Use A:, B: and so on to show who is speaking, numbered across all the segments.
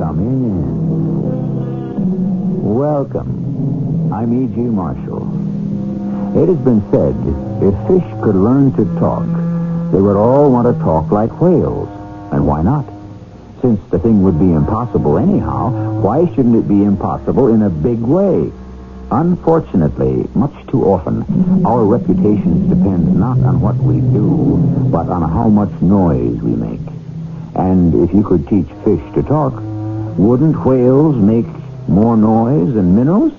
A: Come in. Welcome. I'm E.G. Marshall. It has been said if fish could learn to talk, they would all want to talk like whales. And why not? Since the thing would be impossible anyhow, why shouldn't it be impossible in a big way? Unfortunately, much too often, our reputations depend not on what we do, but on how much noise we make. And if you could teach fish to talk, wouldn't whales make more noise than minnows?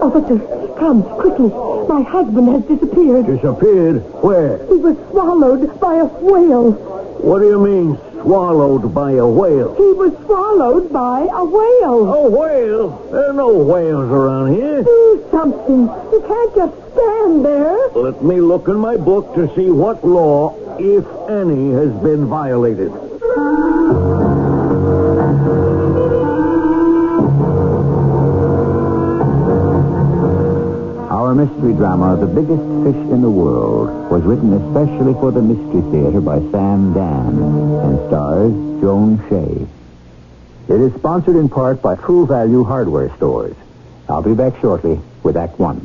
B: Officer, come, quickly. My husband has disappeared.
A: Disappeared? Where?
B: He was swallowed by a whale.
A: What do you mean, swallowed by a whale?
B: He was swallowed by a whale.
A: A whale? There are no whales around here.
B: Do something. You can't just stand there.
A: Let me look in my book to see what law, if any, has been violated. Our mystery drama, The Biggest Fish in the World, was written especially for the Mystery Theater by Sam Dan and stars Joan Shea. It is sponsored in part by True Value Hardware Stores. I'll be back shortly with Act One.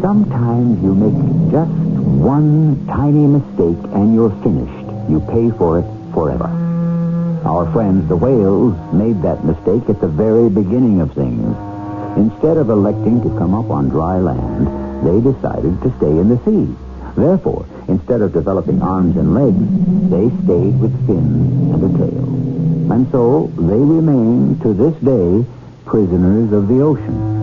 A: Sometimes you make just one tiny mistake and you're finished. You pay for it forever. Our friends, the whales, made that mistake at the very beginning of things. Instead of electing to come up on dry land, they decided to stay in the sea. Therefore, instead of developing arms and legs, they stayed with fins and a tail. And so they remain to this day prisoners of the ocean.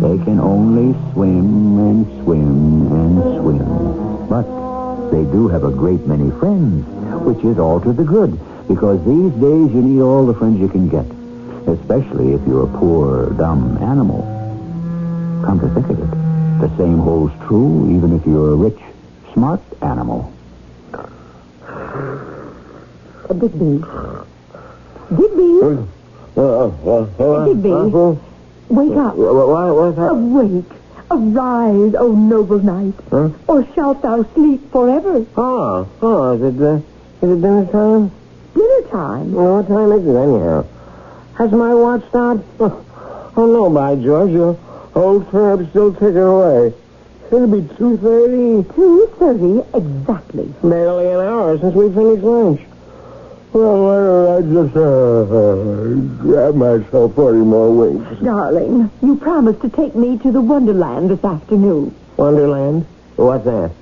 A: They can only swim and swim and swim. But they do have a great many friends, which is all to the good, because these days you need all the friends you can get, especially if you're a poor, dumb animal. Come to think of it, the same holds true even if you're a rich, smart animal.
B: Uh, Digby. Digby.
A: Uh,
B: Digby. Wake up. Awake. Arise, O noble knight.
A: Huh?
B: Or shalt thou sleep forever?
A: Ah, ah, is it, uh, is it dinner time?
B: Dinner time.
A: Well, what time is it, anyhow? Has my watch stopped? Oh, no, by George, your old Fab's still ticking away. It'll be 2.30,
B: 2.30 exactly.
A: barely an hour since we finished lunch. Well, why don't I just, uh, grab myself 40 more winks?
B: Darling, you promised to take me to the Wonderland this afternoon.
A: Wonderland? What's that?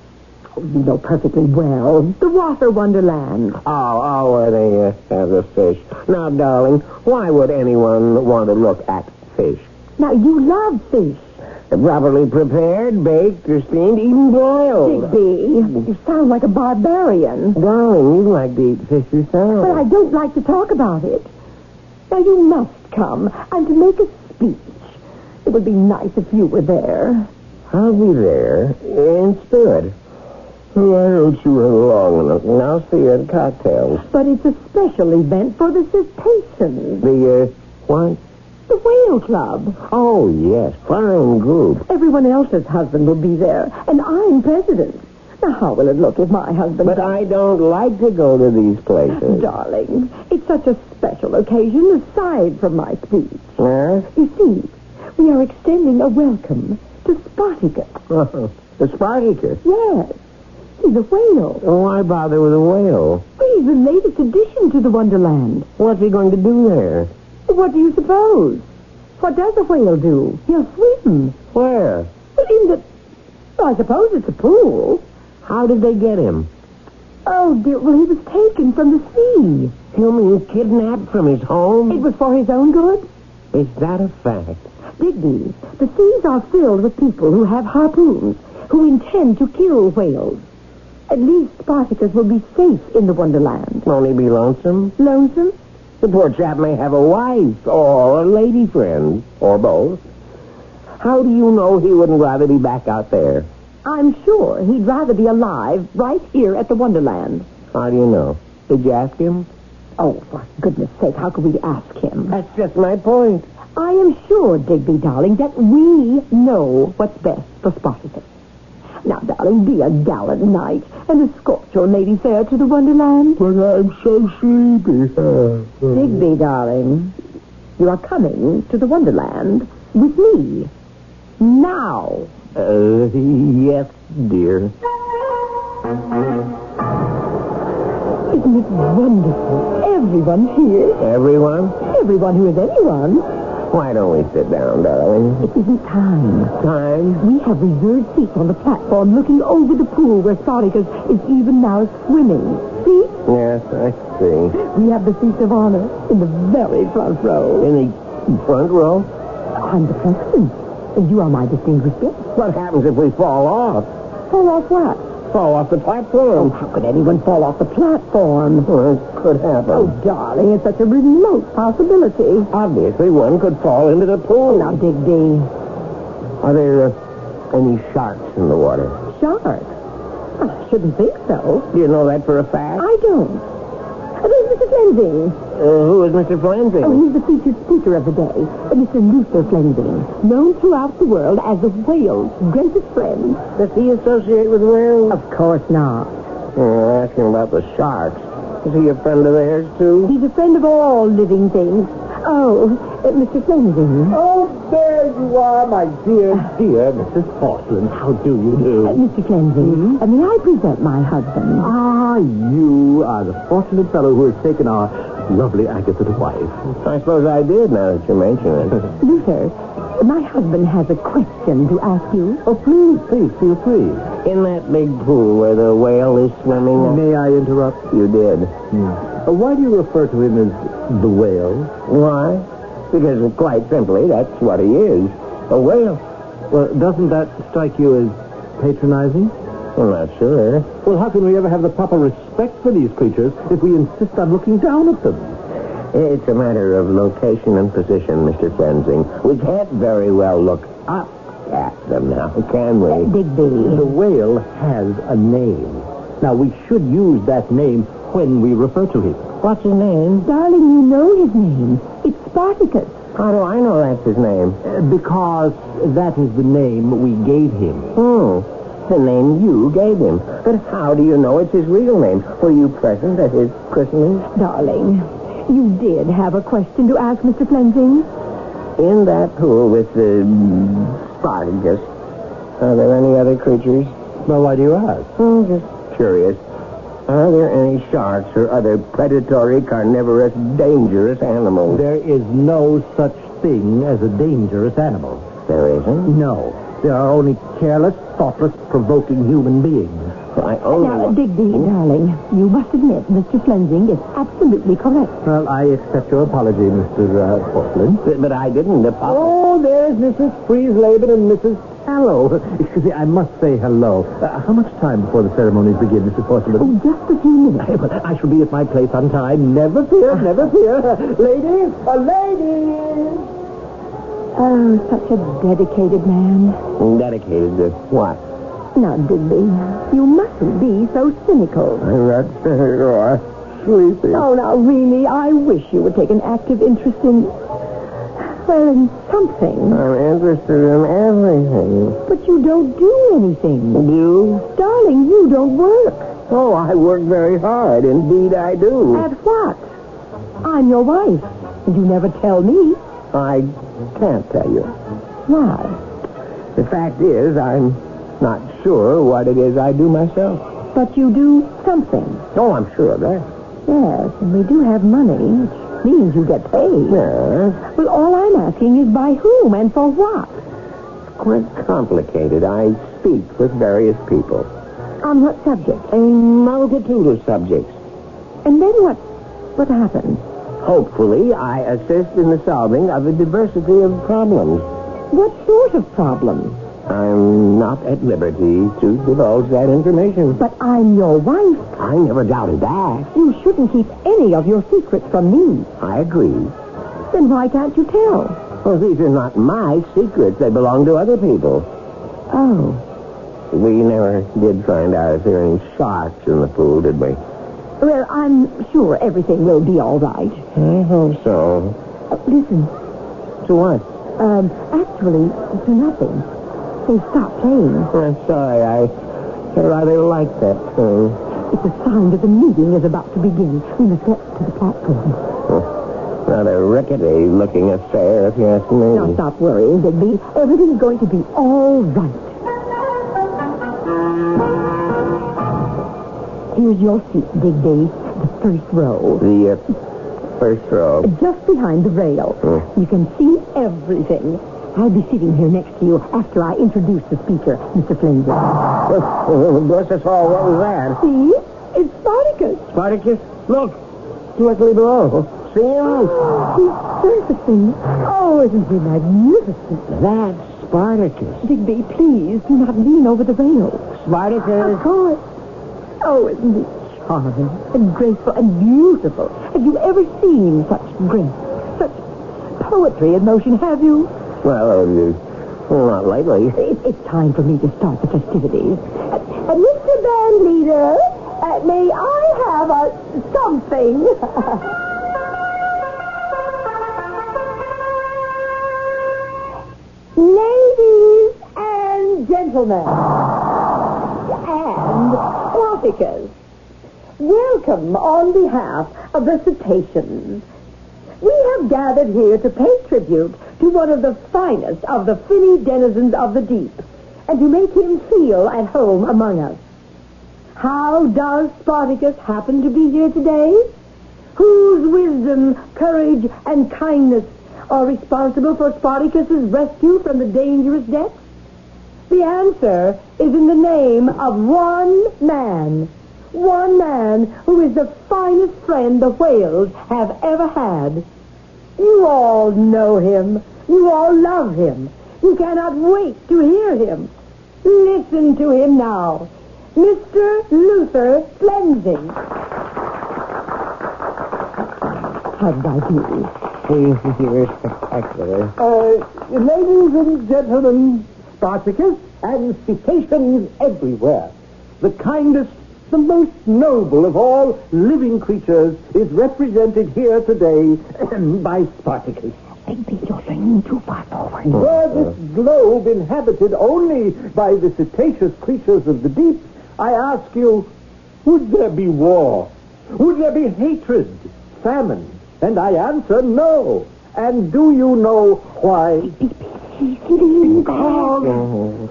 B: Oh, you know perfectly well. The Wasser Wonderland.
A: Oh, oh, where they uh, have the fish. Now, darling, why would anyone want to look at fish?
B: Now, you love fish,
A: Properly prepared, baked, or steamed, even boiled.
B: Digby. You sound like a barbarian.
A: Darling, you like to eat fish yourself.
B: But I don't like to talk about it. Now, you must come. I'm to make a speech. It would be nice if you were there.
A: I'll be there in spirit. Why don't you run along enough? And I'll see you at cocktails.
B: But it's a special event for the cetaceans.
A: The, uh, what?
B: The Whale Club.
A: Oh, yes, fine group.
B: Everyone else's husband will be there, and I'm president. Now, how will it look if my husband...
A: But I don't like to go to these places.
B: Darling, it's such a special occasion aside from my speech.
A: Huh?
B: You see, we are extending a welcome to Spartacus.
A: the Spartacus.
B: Yes, he's a whale.
A: Why bother with a whale?
B: He's the latest addition to the Wonderland.
A: What's he going to do there?
B: What do you suppose? What does a whale do? He'll swim.
A: Where?
B: Well, in the... I suppose it's a pool.
A: How did they get him?
B: Oh, dear. Well, he was taken from the sea.
A: You mean kidnapped from his
B: It
A: home?
B: was for his own good.
A: Is that a fact?
B: Digby, the seas are filled with people who have harpoons. who intend to kill whales. At least Spartacus will be safe in the Wonderland.
A: Only be lonesome.
B: Lonesome?
A: The poor chap may have a wife or a lady friend or both. How do you know he wouldn't rather be back out there?
B: I'm sure he'd rather be alive right here at the Wonderland.
A: How do you know? Did you ask him?
B: Oh, for goodness sake, how could we ask him?
A: That's just my point.
B: I am sure, Digby, darling, that we know what's best for Spartacus. Now, darling, be a gallant knight and escort your lady fair to the Wonderland.
A: But I'm so sleepy.
B: Digby, darling, you are coming to the Wonderland with me. Now.
A: Uh, yes, dear.
B: Isn't it wonderful? Everyone here.
A: Everyone,
B: Everyone who is anyone.
A: why don't we sit down, darling?
B: It isn't time.
A: Time?
B: We have reserved seats on the platform looking over the pool where Spartacus is even now swimming. See?
A: Yes, I see.
B: We have the seats of honor in the very front row.
A: In the front row?
B: I'm the president, and you are my distinguished guest.
A: What happens if we fall off?
B: Fall off what?
A: Fall off the
B: Oh,
A: platform?
B: how could anyone fall off the platform?
A: Well, it could
B: Oh,
A: happen.
B: darling, it's such a remote possibility.
A: Obviously, one could fall into the pool.
B: Now, Digby,
A: Are there uh, any sharks in the water?
B: sharks? I shouldn't think so.
A: Do you know that for a fact?
B: I don't. Uh, There's Mr. Flensing.
A: Uh, who is Mr.
B: Oh,
A: Flansing?
B: he's the featured speaker of the day, Mr. Luther Flensing, known throughout the world as the whale's greatest friend.
A: Does he associate with whales?
B: Of course not.
A: Oh, ask him about the sharks. Is he a friend of theirs, too?
B: He's a friend of all living things. Oh, uh, Mr. Flensing.
A: Oh, there you are, my dear, Ah, dear Mrs. Portland. How do you
B: Uh,
A: do?
B: Mr. Flensing, uh, may I present my husband?
A: Ah, you are the fortunate fellow who has taken our lovely Agatha to wife. I suppose I did, now that you mention it.
B: Uh, Luther, my husband has a question to ask you.
A: Oh, please, please, feel free. In that big pool where the whale is swimming. May I interrupt? You did. Uh, why do you refer to him as the whale? Why? Because, quite simply, that's what he is a whale. Well, doesn't that strike you as patronizing? Well, not sure. Well, how can we ever have the proper respect for these creatures if we insist on looking down at them? It's a matter of location and position, Mr. Cleansing. We can't very well look up at them now, can we? The
B: Digby.
A: whale has a name. Now, we should use that name when we refer to him. What's his name?
B: Darling, you know his name. It's Spartacus.
A: How do I know that's his name? Uh, because that is the name we gave him. Oh, the name you gave him. But how do you know it's his real name? Were you present at his christening?
B: Darling, you did have a question to ask Mr. Flensing.
A: In that pool with the mm, Spartacus, are there any other creatures? Well, why do you ask? Hmm, just curious. Are there any sharks or other predatory, carnivorous, dangerous animals?
C: There is no such thing as a dangerous animal.
A: There isn't.
C: No. There are only careless, thoughtless, provoking human beings.
A: I only
B: Now, uh, Digby, darling, you must admit Mr. Flensing is absolutely correct.
C: Well, I accept your apology, Mr. Uh, Portland.
A: But- But I didn't. uh, apologize.
C: Oh, there's Mrs. Friesleben and Mrs. Hallow. Excuse me, I must say hello. Uh, how much time before the ceremonies begin, Mr. Portland?
B: Oh, just a few minutes.
C: I shall be at my place on time. Never fear, never fear. Ladies, a lady!
B: Oh, such a dedicated man.
A: Dedicated to what?
B: Now, Digby, you mustn't be so cynical.
A: I'm not or sleepy.
B: Oh, now, really, I wish you would take an active interest in. Well, in something.
A: I'm interested in everything.
B: But you don't do anything.
A: You?
B: Darling, you don't work.
A: Oh, I work very hard. Indeed, I do.
B: At what? I'm your wife. and You never tell me.
A: I can't tell you.
B: Why?
A: The fact is, I'm not sure what it is I do myself.
B: But you do something.
A: Oh, I'm sure of that.
B: Yes, and we do have money, which means you get paid.
A: Yeah,
B: Well, all I'm asking is by whom and for what?
A: it's quite complicated. I speak with various people.
B: On what subject?
A: A multitude of subjects.
B: And then what? What happens?
A: Hopefully, I assist in the solving of a diversity of problems.
B: What sort of problem?
C: I'm not at liberty to divulge that information.
B: But I'm your wife.
C: I never doubted that.
B: You shouldn't keep any of your secrets from me.
C: I agree.
B: Then why can't you tell?
C: Well, these are not my secrets. They belong to other people.
B: Oh.
C: We never did find out if there are any sharks in the pool, did we?
B: Well, I'm sure everything will be all right.
C: I hope so.
B: Uh, listen,
C: To what?
B: um, actually, to nothing. They stopped playing.
C: I'm sorry. I rather like that thing.
B: It's a sign that the meeting is about to begin. We must get to the platform.
C: Rather rickety-looking affair, if you ask me.
A: Oh.
B: Now stop worrying, Digby. Everything's going to be all right. Here's your seat, Digby. The first row.
C: The uh, first row.
B: Just behind the rail.
C: Hmm.
B: You can see everything. I'll be sitting here next to you after I introduce the speaker, Mr. Flanger.
C: Bless us all, what was that?
B: See? It's Spartacus.
C: Spartacus, look, directly below. See him?
B: He's surfacing. Oh, isn't he magnificent?
C: That's Spartacus.
B: Digby, please do not lean over the rail. Of
C: Spartacus.
B: course. Oh, isn't he charming and graceful and beautiful? Have you ever seen such grace, such poetry in motion, have you?
C: Well, uh, well, not lately.
B: It, it's time for me to start the festivities. Uh, uh, Mr. Band Leader, uh, may I have a something? Ladies and gentlemen, and traffickers, welcome on behalf of the cetaceans. We have gathered here to pay tribute to one of the finest of the finny denizens of the deep, and to make him feel at home among us. How does Spartacus happen to be here today? Whose wisdom, courage, and kindness are responsible for Spartacus's rescue from the dangerous depths? The answer is in the name of one man. One man who is the finest friend the whales have ever had. You all know him. You all love him. You cannot wait to hear him. Listen to him now. Mr. Luther Flensing. How did I do?
C: You're spectacular.
B: Uh, ladies and gentlemen,
C: Spartacus and cetaceans everywhere. The kindest, the most noble of all living creatures is represented here today by Spartacus.
B: Maybe you're leaning too far forward.
C: Were this globe inhabited only by the cetaceous creatures of the deep, I ask you, would there be war? Would there be hatred, famine? And I answer no. And do you know why?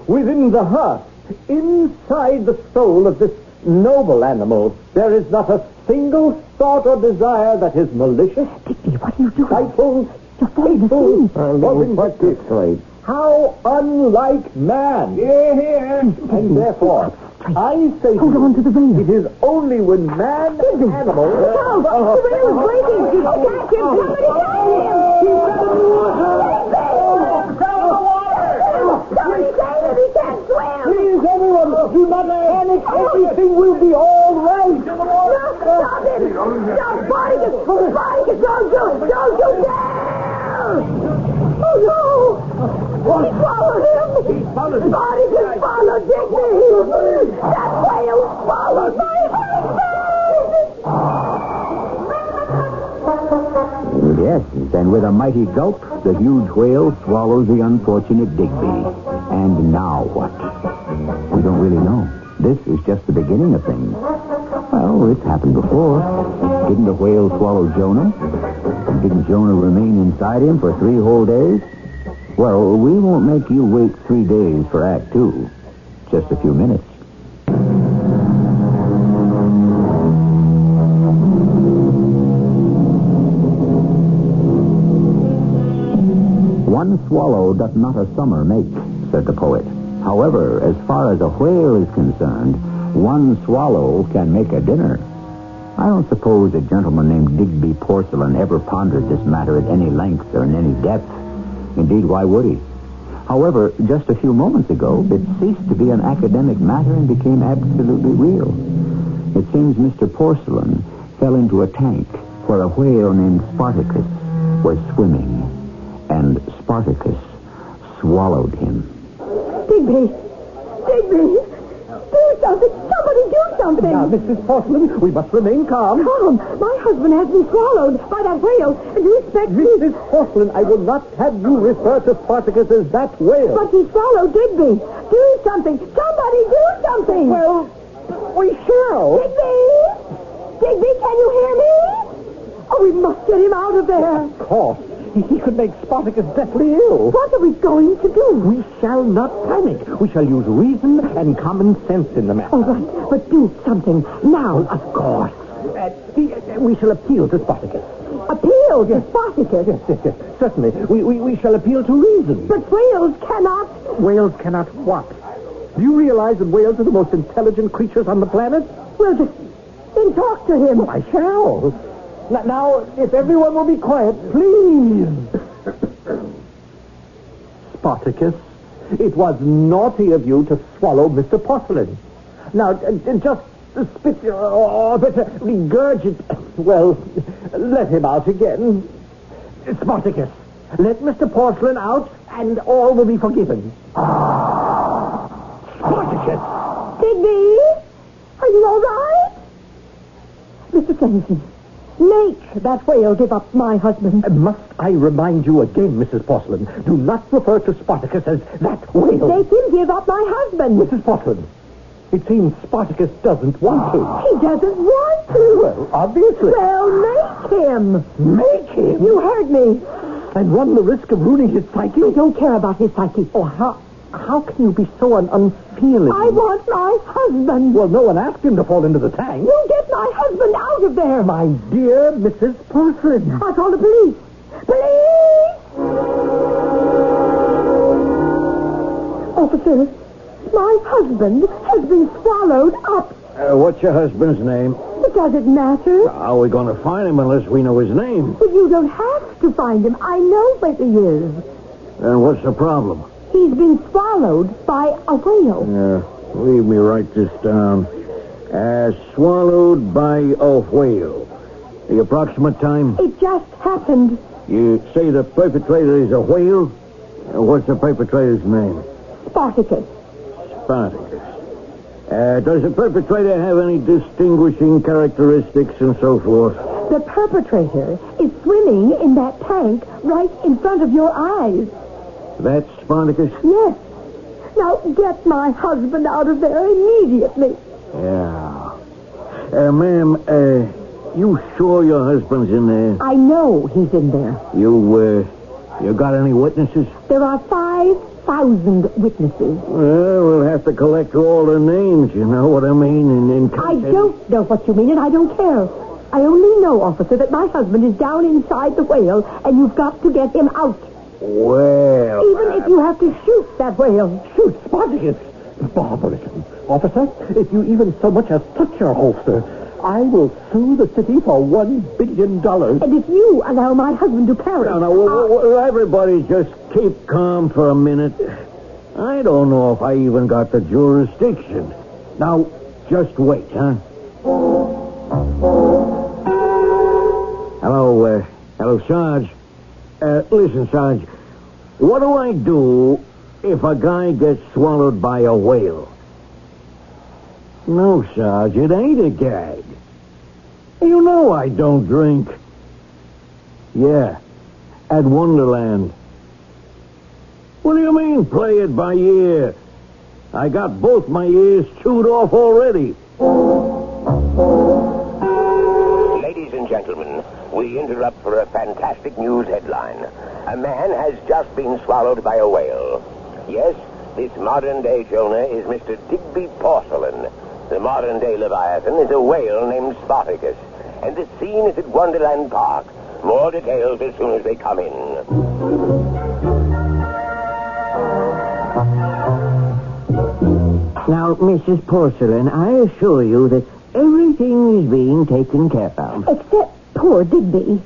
C: Within the heart, inside the soul of this noble animal, there is not a single thought or desire that is malicious,
B: Digby, what are you doing?
C: spiteful,
B: You're falling
C: hateful,
B: asleep.
C: or vindictive. How unlike man! And therefore, I say
B: Hold on to the rail.
C: it is only when man and animal...
B: No, the rail is breaking. Catch him. Somebody catch him. He's got the water. Somebody save him. He can't swim.
C: Please, everyone, do not panic. Everything will be all right.
B: No, stop him. Stop Spartacus. Spartacus, don't do it. Don't you dare. Oh, no. He followed him. He
C: followed him.
B: Spartacus followed Digby. That whale followed my husband.
A: Yes, and with a mighty gulp, the huge whale swallows the unfortunate Digby. And now what? We don't really know. This is just the beginning of things. Well, it's happened before. Didn't the whale swallow Jonah? And didn't Jonah remain inside him for three whole days? Well, we won't make you wait three days for Act Two. Just a few minutes. One swallow doth not a summer make, said the poet. However, as far as a whale is concerned, one swallow can make a dinner. I don't suppose a gentleman named Digby Porcelain ever pondered this matter at any length or in any depth. Indeed, why would he? However, just a few moments ago, it ceased to be an academic matter and became absolutely real. It seems Mr. Porcelain fell into a tank where a whale named Spartacus was swimming, and Spartacus swallowed him.
B: Digby! Digby! Do something! Somebody do something!
C: Now, Mrs. Porcelain, we must remain calm.
B: Tom, my husband has been swallowed by that whale. Do you expect me?
C: Mrs. Porcelain, I will not have you refer to Spartacus as that whale.
B: But he swallowed Digby. Do something! Somebody do something! Well, we shall. Digby! Digby, can you hear me? Oh, we must get him out of there.
C: Of course. He, he could make Spartacus deathly ill.
B: What are we going to do?
C: We shall not panic. We shall use reason and common sense in the matter.
B: All right, but do something now.
C: Of course. Uh, the- uh, we shall appeal to Spartacus.
B: Appeal to Spartacus.
C: Yes, yes, yes. Certainly. We, we, we shall appeal to reason.
B: But whales cannot.
C: whales cannot what? Do you realize that whales are the most intelligent creatures on the planet?
B: Well, just then talk to him.
C: Oh, I shall. N- now, if everyone will be quiet, please. Spartacus, it was naughty of you to swallow Mr. Porcelain. Now, uh, uh, just spit, uh, or better, regurgitate. Well, let him out again. Spartacus, let Mr. Porcelain out, and all will be forgiven. Spartacus!
B: Digby, are you all right? Mr. Flemington, make that whale give up my husband.
C: Must I remind you again, Mrs. Porcelain, do not refer to Spartacus as that whale.
B: Make him give up my husband.
C: Mrs. Porcelain, it seems Spartacus doesn't want to.
B: He doesn't want to.
C: Well, obviously.
B: Well, make him.
C: Make him.
B: You heard me.
C: And run the risk of ruining his psyche.
B: I don't care about his psyche.
C: Oh, how, how can you be so un- unfeeling?
B: I want my husband.
C: Well, no one asked him to fall into the tank.
B: You get my husband out of there.
C: My dear Mrs. Porcelain.
B: I'll call the police. Police! Officer, my husband has been swallowed up.
C: Uh, what's your husband's name?
B: It doesn't matter.
C: How are we going to find him unless we know his name?
B: But you don't have to find him. I know where he is.
C: Then what's the problem?
B: He's been swallowed by a whale.
C: Uh, leave me write this down. Uh, swallowed by a whale. The approximate time?
B: It just happened.
C: You say the perpetrator is a whale? Uh, what's the perpetrator's name?
B: Spartacus.
C: Spartacus. Uh, does the perpetrator have any distinguishing characteristics and so forth?
B: The perpetrator is swimming in that tank right in front of your eyes.
C: That's Spartacus?
B: Yes. Now get my husband out of there immediately.
C: Yeah. Uh, ma'am, uh, you sure your husband's in there?
B: I know he's in there.
C: You, uh, you got any witnesses?
B: There are 5,000 witnesses.
C: Well, we'll have to collect all the names, you know what I mean, and then...
B: I don't know what you mean, and I don't care. I only know, officer, that my husband is down inside the whale, and you've got to get him out,
C: Well... uh,
B: even if you have to shoot that whale.
C: Shoot, Spartacus! Barbarism. Officer, if you even so much as touch your holster, I will sue the city for one billion dollars.
B: And if you allow my husband to perish,
C: Now, now, well, well, well, everybody just keep calm for a minute. I don't know if I even got the jurisdiction. Now, just wait, huh? Hello, uh, hello, Sarge. Uh, listen, Sarge, what do I do if a guy gets swallowed by a whale? No, Sarge, it ain't a gag. You know I don't drink. Yeah, at Wonderland. What do you mean, play it by ear? I got both my ears chewed off already.
D: Ladies and gentlemen, we interrupt for a fantastic news headline. A man has just been swallowed by a whale. Yes, this modern day Jonah is Mr. Digby Porcelain. The modern day Leviathan is a whale named Spartacus. And the scene is at Wonderland Park. More details as soon as they come in.
A: Now, Mrs. Porcelain, I assure you that everything is being taken care of.
B: except poor Digby,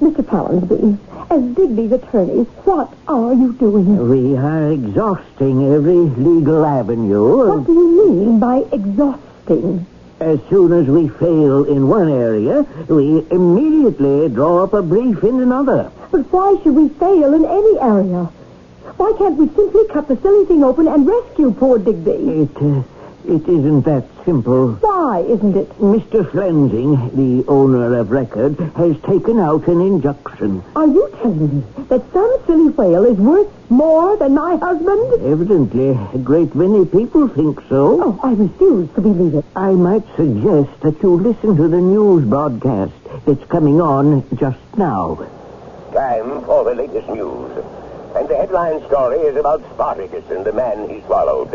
B: Mr. Powensby, As Digby's attorney, what are you doing?
C: We are exhausting every legal
B: What
C: avenue.
B: do you mean by exhausting?
C: As soon as we fail in one area, we immediately draw up a brief in another.
B: But why should we fail in any area? Why can't we simply cut the silly thing open and rescue poor Digby?
C: It, uh, it isn't that simple.
B: Why isn't it?
C: Mr. Flensing, the owner of record, has taken out an injunction.
B: Are you telling me that some silly whale is worth more than my husband?
C: Evidently, a great many people think so.
B: Oh, I refuse to believe it.
C: I might suggest that you listen to the news broadcast that's coming on just now.
D: Time for the latest news. And the headline story is about Spartacus and the man he swallowed.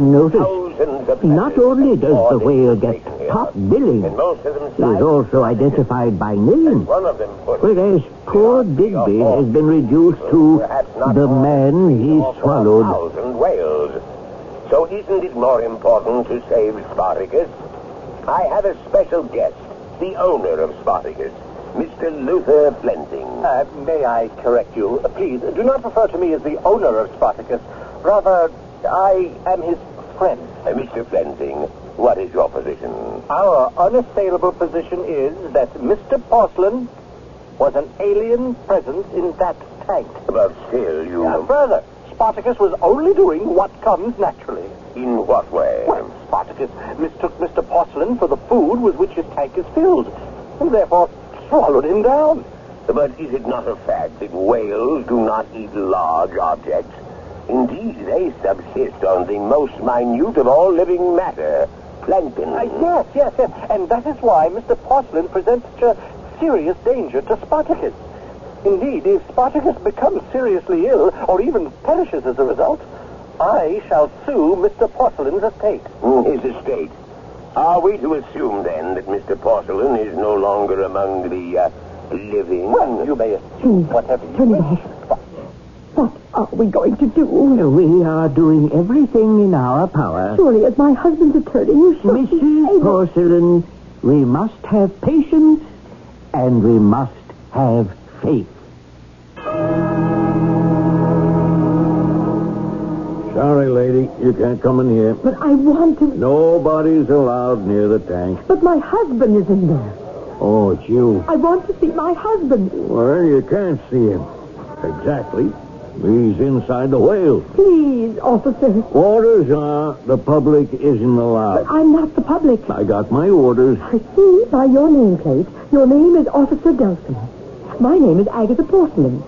C: Notice,
D: Thousands of
C: not only does the whale get
D: taken here,
C: top billing,
D: and most of them
C: he is also identified by name.
D: One of them put
C: Whereas poor Digby has been reduced to the man he swallowed.
D: Thousand whales. So isn't it more important to save Spartacus? I have a special guest, the owner of Spartacus, Mr. Luther Flensing.
E: Uh, may I correct you? Uh, Please, do not refer to me as the owner of Spartacus. Rather, I am his friend.
D: Uh, Mr. Flensing, what is your position?
E: Our unassailable position is that Mr. Porcelain was an alien presence in that tank.
D: But still, you...
E: Uh, further, Spartacus was only doing what comes naturally.
D: In what way?
E: Well, Spartacus mistook Mr. Porcelain for the food with which his tank is filled, and therefore swallowed him down.
D: But is it not a fact that whales do not eat large objects? Indeed, they subsist on the most minute of all living matter, plankton.
E: Uh, yes, yes, yes. And that is why Mr. Porcelain presents such a serious danger to Spartacus. Indeed, if Spartacus becomes seriously ill or even perishes as a result, I shall sue Mr. Porcelain's estate.
D: Mm, His estate. Are we to assume, then, that Mr. Porcelain is no longer among the uh, living?
E: Well, you may assume whatever you
B: Turn it
E: wish.
B: off. What are we going to do?
C: We are doing everything in our power.
B: Surely, as my husband's attorney, you should be
C: Mrs.
B: able-
C: Porcelain, we must have patience and we must have faith.
A: Sorry, lady, you can't come in here.
B: But I want to.
A: Nobody's allowed near the tank.
B: But my husband is in there.
A: Oh, it's you.
B: I want to see my husband.
A: Well, you can't see him. Exactly. He's inside the whale.
B: Please, officer.
A: Orders are the public isn't
B: But
A: allowed.
B: I'm not the public.
A: I got my orders.
B: I see by your nameplate, your name is Officer Delson. My name is Agatha Porcelain.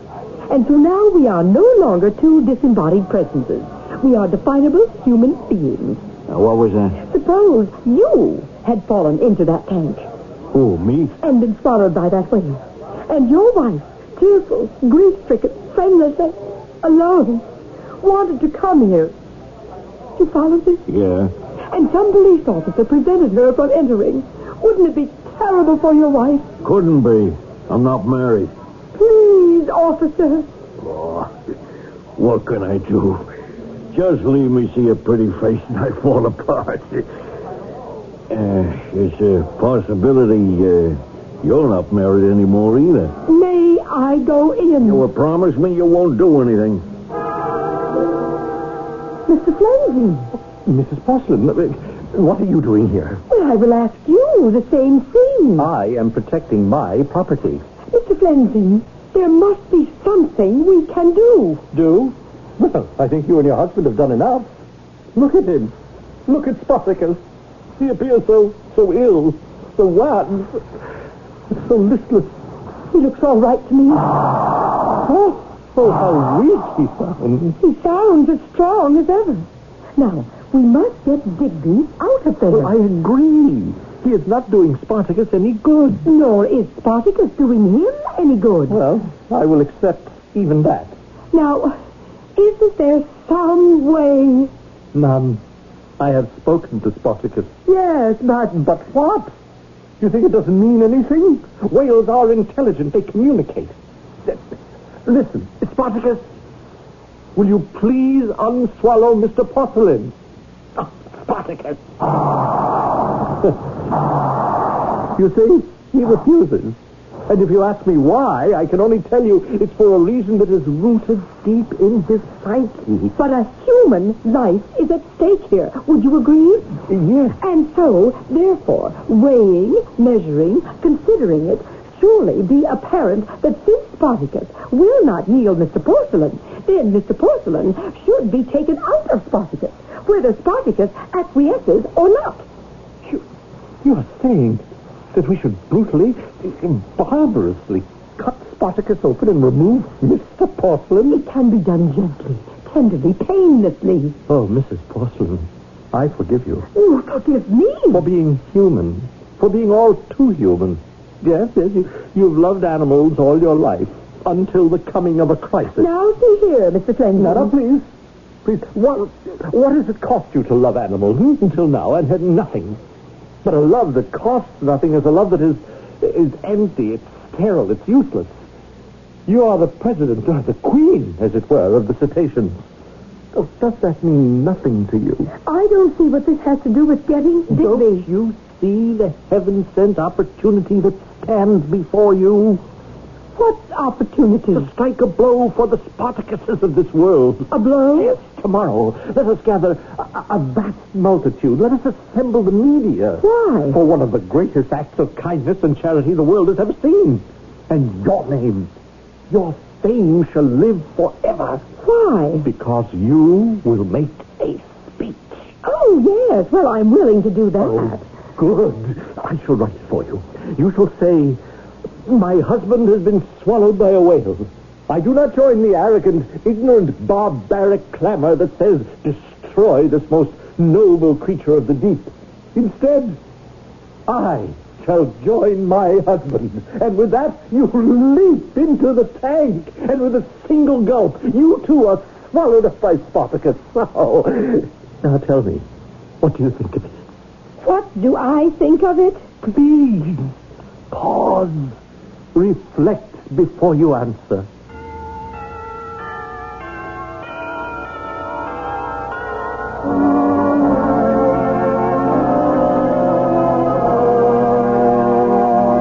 B: And so now we are no longer two disembodied presences. We are definable human beings.
C: Now, what was that?
B: Suppose you had fallen into that tank
A: Who, me?
B: and been swallowed by that whale. And your wife, tearful, grief-stricken, friendless, and alone, wanted to come here. You follow this?
A: Yeah.
B: And some police officer presented her upon entering. Wouldn't it be terrible for your wife?
A: Couldn't be. I'm not married.
B: Please, officer.
A: Oh, what can I do? Just leave me see a pretty face and I fall apart. Uh, it's a possibility uh, you're not married anymore either.
B: May I go in?
A: You will promise me you won't do anything.
B: Mr. Fleming.
E: Mrs. Porcelain, what are you doing here?
B: Well, I will ask you the same thing.
E: I am protecting my property.
B: Mr. Fleming, there must be something we can do.
E: Do? Well, I think you and your husband have done enough. Look at him. Look at Spartacus. He appears so so ill, so wan, so listless.
B: He looks all right to me.
E: Oh, oh how weak he sounds.
B: He sounds as strong as ever. Now, we must get Digby out of there.
E: Well, I agree. He is not doing Spartacus any good.
B: Nor is Spartacus doing him any good.
E: Well, I will accept even that.
B: Now, isn't there some way?
E: None. I have spoken to Spartacus.
B: Yes, but
E: But what? You think it doesn't mean anything? Whales are intelligent. They communicate. Th- Listen, Spartacus, will you please unswallow Mr. Porcelain? Ah, Spartacus. you see, he refuses.
C: And if you ask me why, I can only tell you it's for a reason that is rooted deep in his psyche.
B: But a human life is at stake here. Would you agree?
C: Yes.
B: And so, therefore, weighing, measuring, considering it, surely be apparent that since Spartacus will not yield Mr. Porcelain, then Mr. Porcelain should be taken out of Spartacus, whether Spartacus acquiesces or not.
C: You, you're saying that we should brutally, barbarously cut Spartacus open and remove Mr. Porcelain?
B: It can be done gently, tenderly, painlessly.
C: Oh, Mrs. Porcelain, I forgive you.
B: You Oh, forgive me.
C: For being human. For being all too human. Yes, yes, you, you've loved animals all your life until the coming of a crisis.
B: Now, see here, Mr. Flanagan.
C: Now, now, please. Please, what, what has it cost you to love animals hmm, until now and had nothing? But a love that costs nothing is a love that is, is empty, it's sterile, it's useless. You are the president, or the queen, as it were, of the cetaceans. Oh, does that mean nothing to you?
B: I don't see what this has to do with getting Digby.
C: Don't you see the heaven-sent opportunity that stands before you?
B: What opportunity?
C: To strike a blow for the Spartacuses of this world.
B: A blow?
C: Yes, tomorrow. Let us gather a, a vast multitude. Let us assemble the media.
B: Why?
C: For one of the greatest acts of kindness and charity the world has ever seen. And your name, your fame shall live forever.
B: Why?
C: Because you will make a speech.
B: Oh, yes. Well, I'm willing to do that.
C: Oh, good. I shall write it for you. You shall say, My husband has been swallowed by a whale. I do not join the arrogant, ignorant, barbaric clamor that says, Destroy this most noble creature of the deep. Instead, I shall join my husband. And with that, you leap into the tank. And with a single gulp, you too are swallowed up by Spartacus. Oh. Now tell me, what do you think of it?
B: What do I think of it?
C: Please, pause. Reflect before you answer.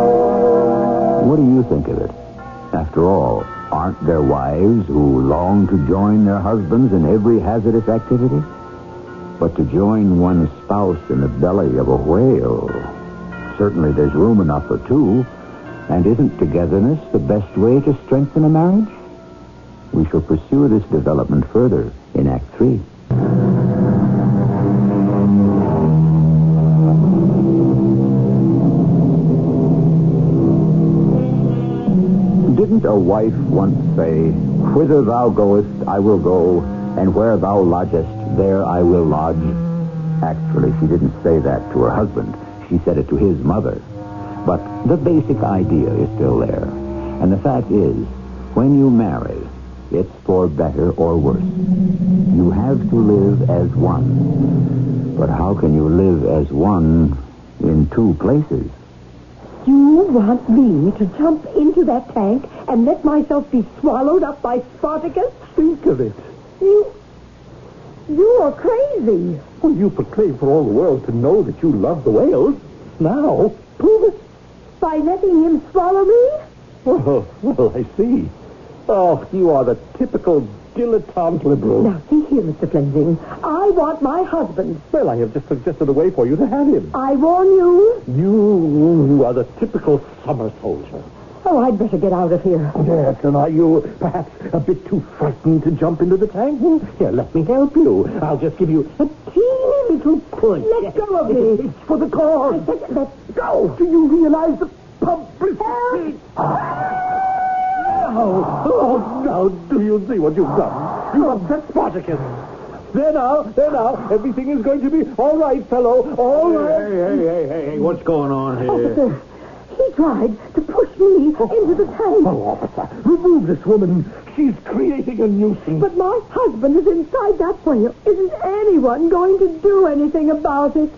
A: What do you think of it? After all, aren't there wives who long to join their husbands in every hazardous activity? But to join one's spouse in the belly of a whale, certainly there's room enough for two. And isn't togetherness the best way to strengthen a marriage? We shall pursue this development further in Act Three. Didn't a wife once say, Whither thou goest, I will go, and where thou lodgest, there I will lodge? Actually, she didn't say that to her husband. She said it to his mother. But the basic idea is still there. And the fact is, when you marry, it's for better or worse. You have to live as one. But how can you live as one in two places?
B: You want me to jump into that tank and let myself be swallowed up by Spartacus?
C: Think of it.
B: You. You are crazy.
C: Well, you proclaim for all the world to know that you love the whales. Now, prove it.
B: By letting him swallow me?
C: Well, Oh, well, I see. Oh, you are the typical dilettante liberal.
B: Now, see here, Mr. Flensing. I want my husband.
C: Well, I have just suggested a way for you to have him.
B: I warn you.
C: You are the typical summer soldier.
B: Oh, I'd better get out of here.
C: Yes, and Oh, are you perhaps a bit too frightened to jump into the tank? Hmm? Here, let me help you. I'll just give you a teeny little push.
B: Let go of me.
C: It's for the cause.
B: Let- let
C: go. Do you realize the publicity? Oh, oh, now do you see what you've done? You've upset Spartacus. There now, there now. Everything is going to be all right, fellow. All right.
F: hey, hey, hey, hey, what's going on
C: Oh,
F: here?
B: Officer, he tried to push me into the tank.
C: Oh, officer, remove this woman. She's creating a nuisance.
B: But my husband is inside that whale. Isn't anyone going to do anything about it?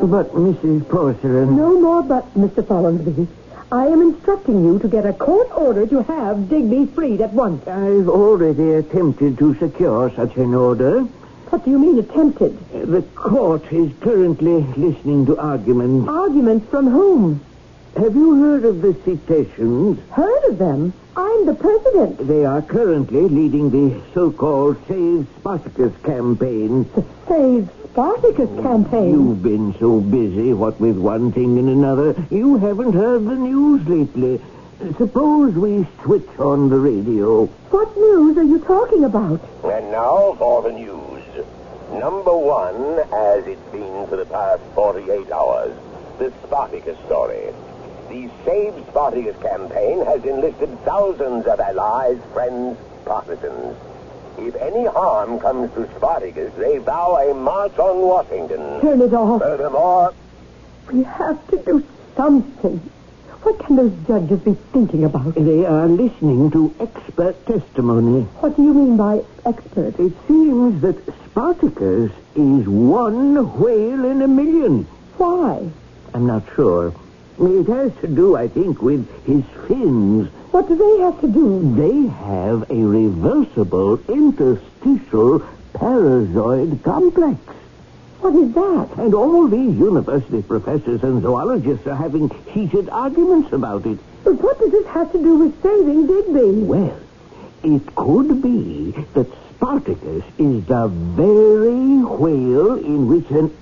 G: But, Mrs. Porcelain,
B: No more but, Mr. Follinsby. I am instructing you to get a court order to have Digby freed at once.
G: I've already attempted to secure such an order,
B: What do you mean attempted?
A: The court is currently listening to arguments.
B: Arguments from whom?
A: Have you heard of the citations?
B: Heard of them? I'm the president.
A: They are currently leading the so-called Save Spartacus campaign.
B: Save Spartacus campaign.
A: You've been so busy, what with one thing and another, you haven't heard the news lately. Suppose we switch on the radio.
B: What news are you talking about?
D: And now for the news. Number one, as it's been for the past 48 hours, the Spartacus story. The Save Spartacus campaign has enlisted thousands of allies, friends, partisans. If any harm comes to Spartacus, they vow a march on Washington.
B: Turn it off.
D: Furthermore,
B: We have to do something. What can those judges be thinking about?
A: They are listening to expert testimony.
B: What do you mean by expert?
A: It seems that Spartacus is one whale in a million.
B: Why?
A: I'm not sure. It has to do, I think, with his fins.
B: What do they have to do?
A: They have a reversible interstitial parazoid complex.
B: What is that?
A: And all these university professors and zoologists are having heated arguments about it.
B: But what does this have to do with saving Digby?
A: Well, it could be that Spartacus is the very whale in which an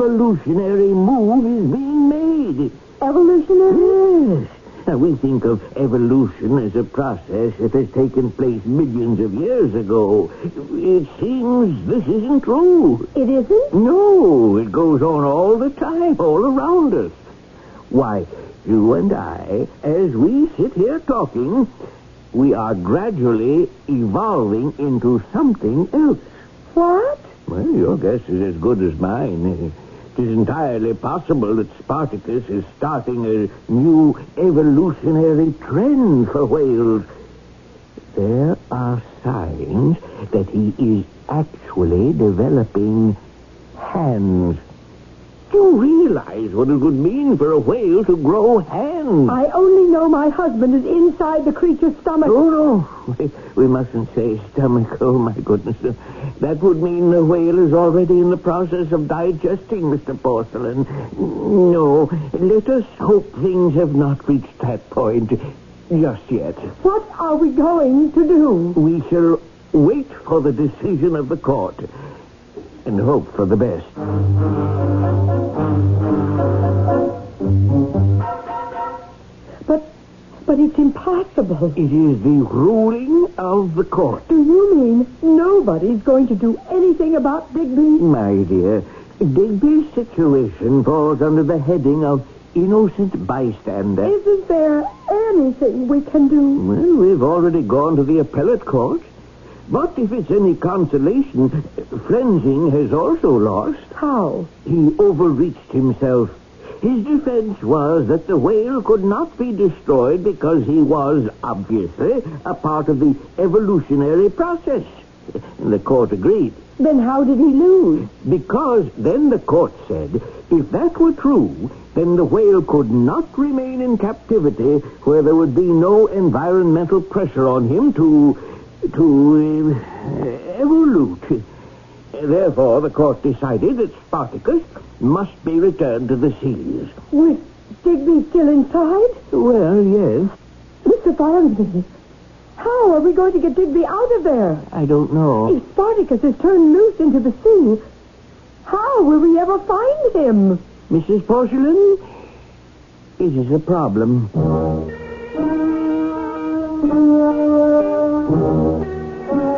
A: evolutionary move is being made.
B: Evolutionary?
A: Yes. Now, we think of evolution as a process that has taken place millions of years ago. It seems this isn't true.
B: It isn't?
A: No, it goes on all the time, all around us. Why, you and I, as we sit here talking, we are gradually evolving into something else.
B: What?
A: Well, your guess is as good as mine. It is entirely possible that Spartacus is starting a new evolutionary trend for whales. There are signs that he is actually developing hands. Do you realize what it would mean for a whale to grow hands?
B: I only know my husband is inside the creature's stomach.
A: Oh, no. We, we mustn't say stomach. Oh, my goodness. That would mean the whale is already in the process of digesting, Mr. Porcelain. No, let us hope things have not reached that point just yet.
B: What are we going to do?
A: We shall wait for the decision of the court and hope for the best.
B: But, but it's impossible.
A: It is the ruling of the court.
B: Do you mean nobody's going to do anything about Digby?
A: My dear, Digby's situation falls under the heading of innocent bystander.
B: Isn't there anything we can do?
A: Well, we've already gone to the appellate court. But if it's any consolation, Frenzing has also lost.
B: How?
A: He overreached himself. His defense was that the whale could not be destroyed because he was, obviously, a part of the evolutionary process. And the court agreed.
B: Then how did he lose?
A: Because then the court said, if that were true, then the whale could not remain in captivity where there would be no environmental pressure on him to. to. Uh, evolute. Therefore, the court decided that Spartacus must be returned to the seas.
B: With Digby still inside?
A: Well, yes,
B: Mr. Barnaby, how are we going to get Digby out of there?
A: I don't know.
B: If Spartacus is turned loose into the sea, how will we ever find him?
A: Mrs. Porcelain, it is a problem.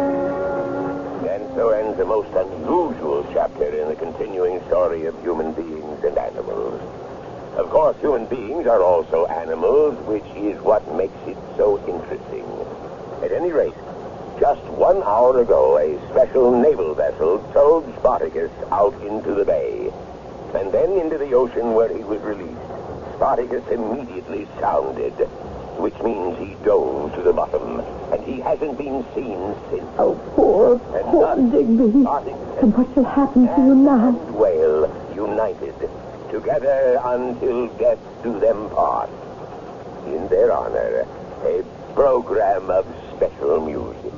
D: And so ends the most unusual chapter in the continuing story of human beings and animals. Of course, human beings are also animals, which is what makes it so interesting. At any rate, just one hour ago, a special naval vessel towed Spartacus out into the bay, and then into the ocean where he was released. Spartacus immediately sounded, which means he dove to the bottom, and he hasn't been seen since.
B: Oh, poor, poor Digby. And what shall happen to you now?
D: And whale united, together until death do them part. In their honor, a program of special music.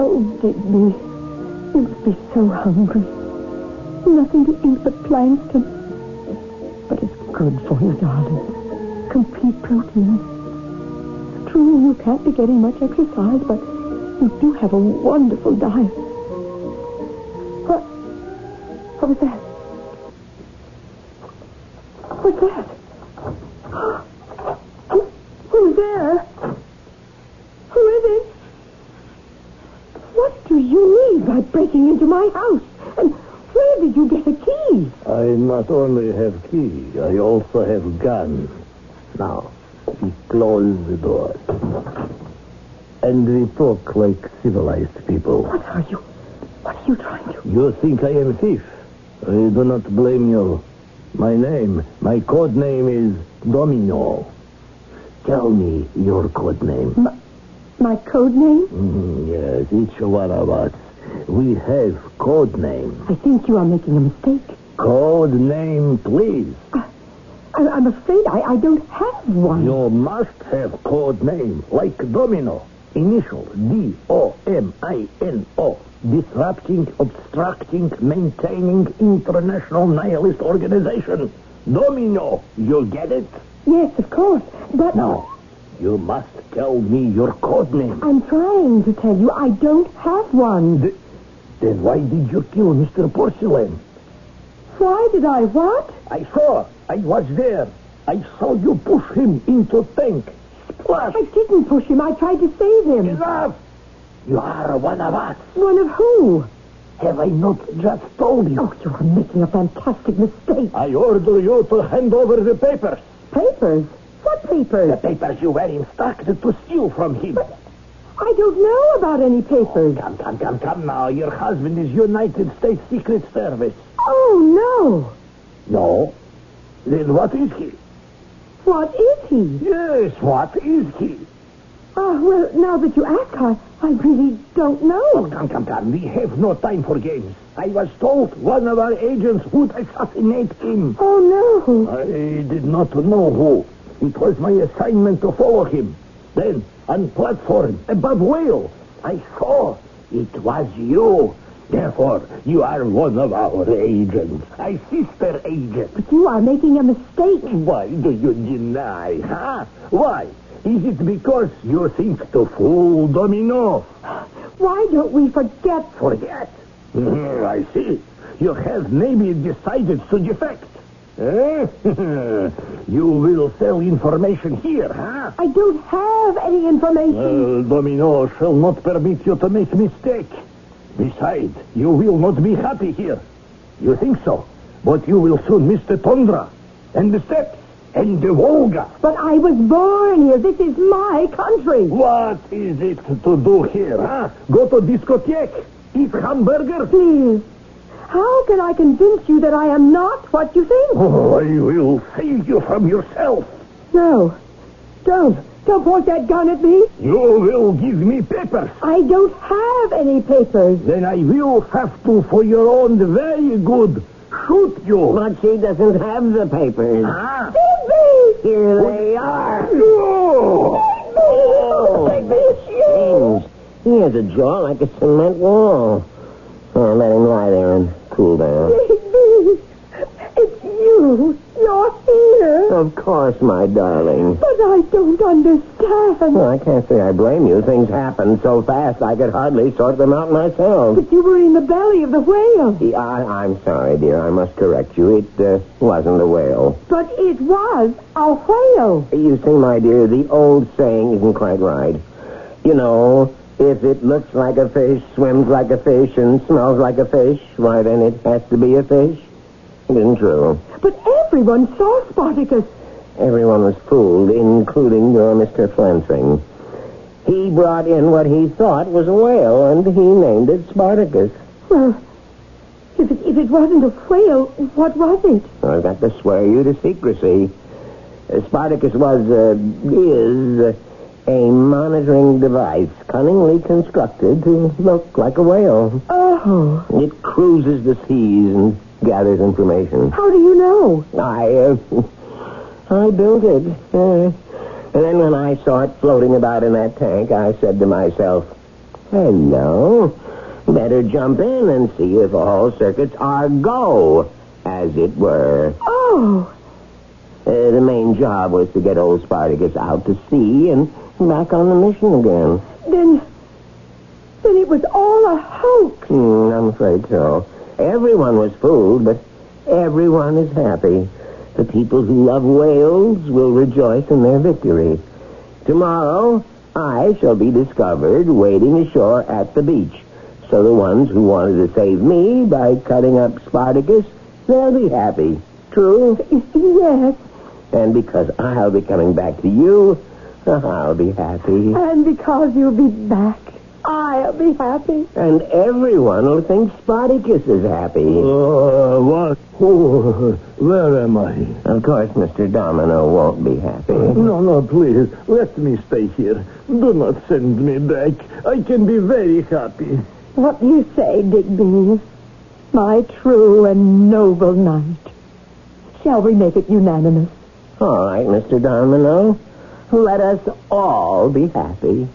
B: Oh, Digby, you must be so hungry. Nothing to eat but plankton. But it's good for you, darling. Complete protein. True, you can't be getting much exercise, but you do have a wonderful diet. What? What was that? What's that? Who- Who's there? Who is it? What do you mean by breaking into my house? And where did you get a key?
A: I not only have key, I also have gun. Now, we close the door. And we talk like civilized people.
B: What are you? What are you trying to?
A: You think I am thief? I do not blame you. My name, my code name is Domino. Tell me your code name.
B: My code name?
A: Mm, yes, each one of us. We have code name.
B: I think you are making a mistake.
A: Code name, please.
B: I, I'm afraid I, I don't have one.
A: You must have code name, like domino. Initial D O M I N O. Disrupting, obstructing, maintaining international nihilist organization. Domino. You get it?
B: Yes, of course. But
A: No. You must tell me your code name.
B: I'm trying to tell you I don't have one.
A: Th- Then why did you kill Mr. Porcelain?
B: Why did I what?
A: I saw. I was there. I saw you push him into tank. Splash.
B: I didn't push him. I tried to save him.
A: Enough. You are one of us.
B: One of who?
A: Have I not just told you?
B: Oh, you are making a fantastic mistake.
A: I order you to hand over the papers.
B: Papers? What
A: The
B: papers?
A: papers you were instructed to steal from him.
B: I don't know about any papers.
A: Come, come, come, come now. Your husband is United States Secret Service.
B: Oh,
A: No. Then what is he?
B: no. What is he?
A: Yes, what is he?
B: Ah, well, now that you ask, I, I really don't
A: Oh,
B: know.
A: come, come, come. We have no time for games. I was told one of our agents would assassinate him.
B: Oh, no.
A: I did not know who. It was my assignment to follow him. Then, on platform, above whale, I saw it was you. Therefore, you are one of our agents, a sister agent.
B: But you are making a mistake.
A: Why do you deny, huh? Why? Is it because you think to fool Domino?
B: Why don't we forget?
A: Forget? Hmm, I see. You have maybe decided to defect. Eh? you will sell information here, huh?
B: I don't have any information.
A: Well, Domino shall not permit you to make mistake. Besides, you will not be happy here. You think so? But you will soon miss the tundra, and the steppes, and the Volga.
B: But I was born here. This is my country.
A: What is it to do here, huh? Go to discotheque, eat hamburger?
B: Please. How can I convince you that I am not what you think?
A: Oh, I will save you from yourself.
B: No. Don't. Don't point that gun at me.
A: You will give me papers.
B: I don't have any papers.
A: Then I will have to, for your own very good, shoot you.
C: But she doesn't have the papers.
A: Ah.
B: Digby!
C: Here they are. Oh,
A: No!
B: Digby, it's you!
C: James, he has a jaw like a cement wall. Oh, let him lie there and cool down.
B: Digby! It's you! You're here!
C: Of course, my darling.
B: But I don't understand.
C: Well, I can't say I blame you. Things happened so fast I could hardly sort them out myself.
B: But you were in the belly of the whale.
C: Yeah, I, I'm sorry, dear. I must correct you. It uh, wasn't a whale.
B: But it was a whale.
C: You see, my dear, the old saying isn't quite right. You know, if it looks like a fish, swims like a fish, and smells like a fish, why then it has to be a fish. Isn't true.
B: But everyone saw Spartacus.
C: Everyone was fooled, including your Mr. Flemsing. He brought in what he thought was a whale, and he named it Spartacus.
B: Well, if it, if it wasn't a whale, what was it?
C: I've got to swear you to secrecy. Uh, Spartacus was, uh, is, uh, a monitoring device cunningly constructed to look like a whale.
B: Oh.
C: It cruises the seas and gathers information.
B: How do you know?
C: I, uh, I built it. Uh, and then when I saw it floating about in that tank, I said to myself, Hello. Better jump in and see if the whole circuits are go, as it were.
B: Oh,
C: Uh, the main job was to get old Spartacus out to sea and back on the mission again.
B: then. Then it was all a hoax.
C: Hmm, I'm afraid so. Everyone was fooled, but everyone is happy. The people who love whales will rejoice in their victory. Tomorrow, I shall be discovered wading ashore at the beach. So the ones who wanted to save me by cutting up Spartacus, they'll be happy. True?
B: Yes,
C: And because I'll be coming back to you, I'll be happy.
B: and because you'll be back, I'll be happy.
C: And everyone will think Spartacus is happy.
H: Uh, what? Oh, where am I?
C: Of course, Mr. Domino won't be happy.
H: No, no, please. Let me stay here. Do not send me back. I can be very happy.
B: What do you say, Digby? My true and noble knight. Shall we make it unanimous?
C: All right, Mr. Domino. Let us all be happy.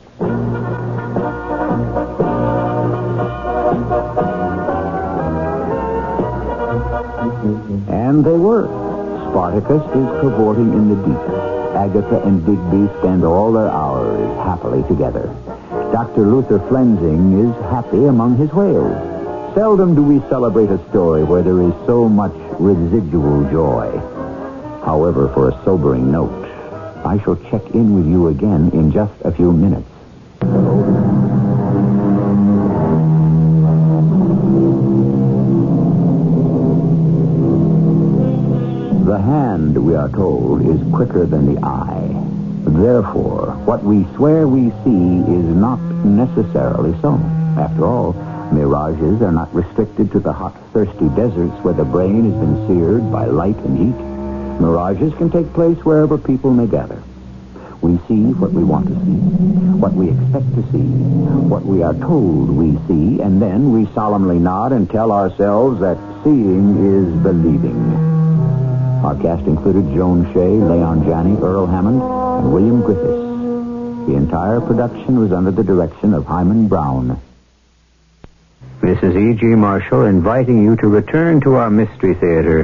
A: And they were. Spartacus is cavorting in the deep. Agatha and Digby spend all their hours happily together. Dr. Luther Flensing is happy among his whales. Seldom do we celebrate a story where there is so much residual joy. However, for a sobering note, I shall check in with you again in just a few minutes. The hand, we are told, is quicker than the eye. Therefore, what we swear we see is not necessarily so. After all, mirages are not restricted to the hot, thirsty deserts where the brain has been seared by light and heat. Mirages can take place wherever people may gather. We see what we want to see, what we expect to see, what we are told we see, and then we solemnly nod and tell ourselves that seeing is believing. Our cast included Joan Shea, Leon Janney, Earl Hammond, and William Griffiths. The entire production was under the direction of Hyman Brown. Mrs. E.G. E Marshall inviting you to return to our Mystery Theater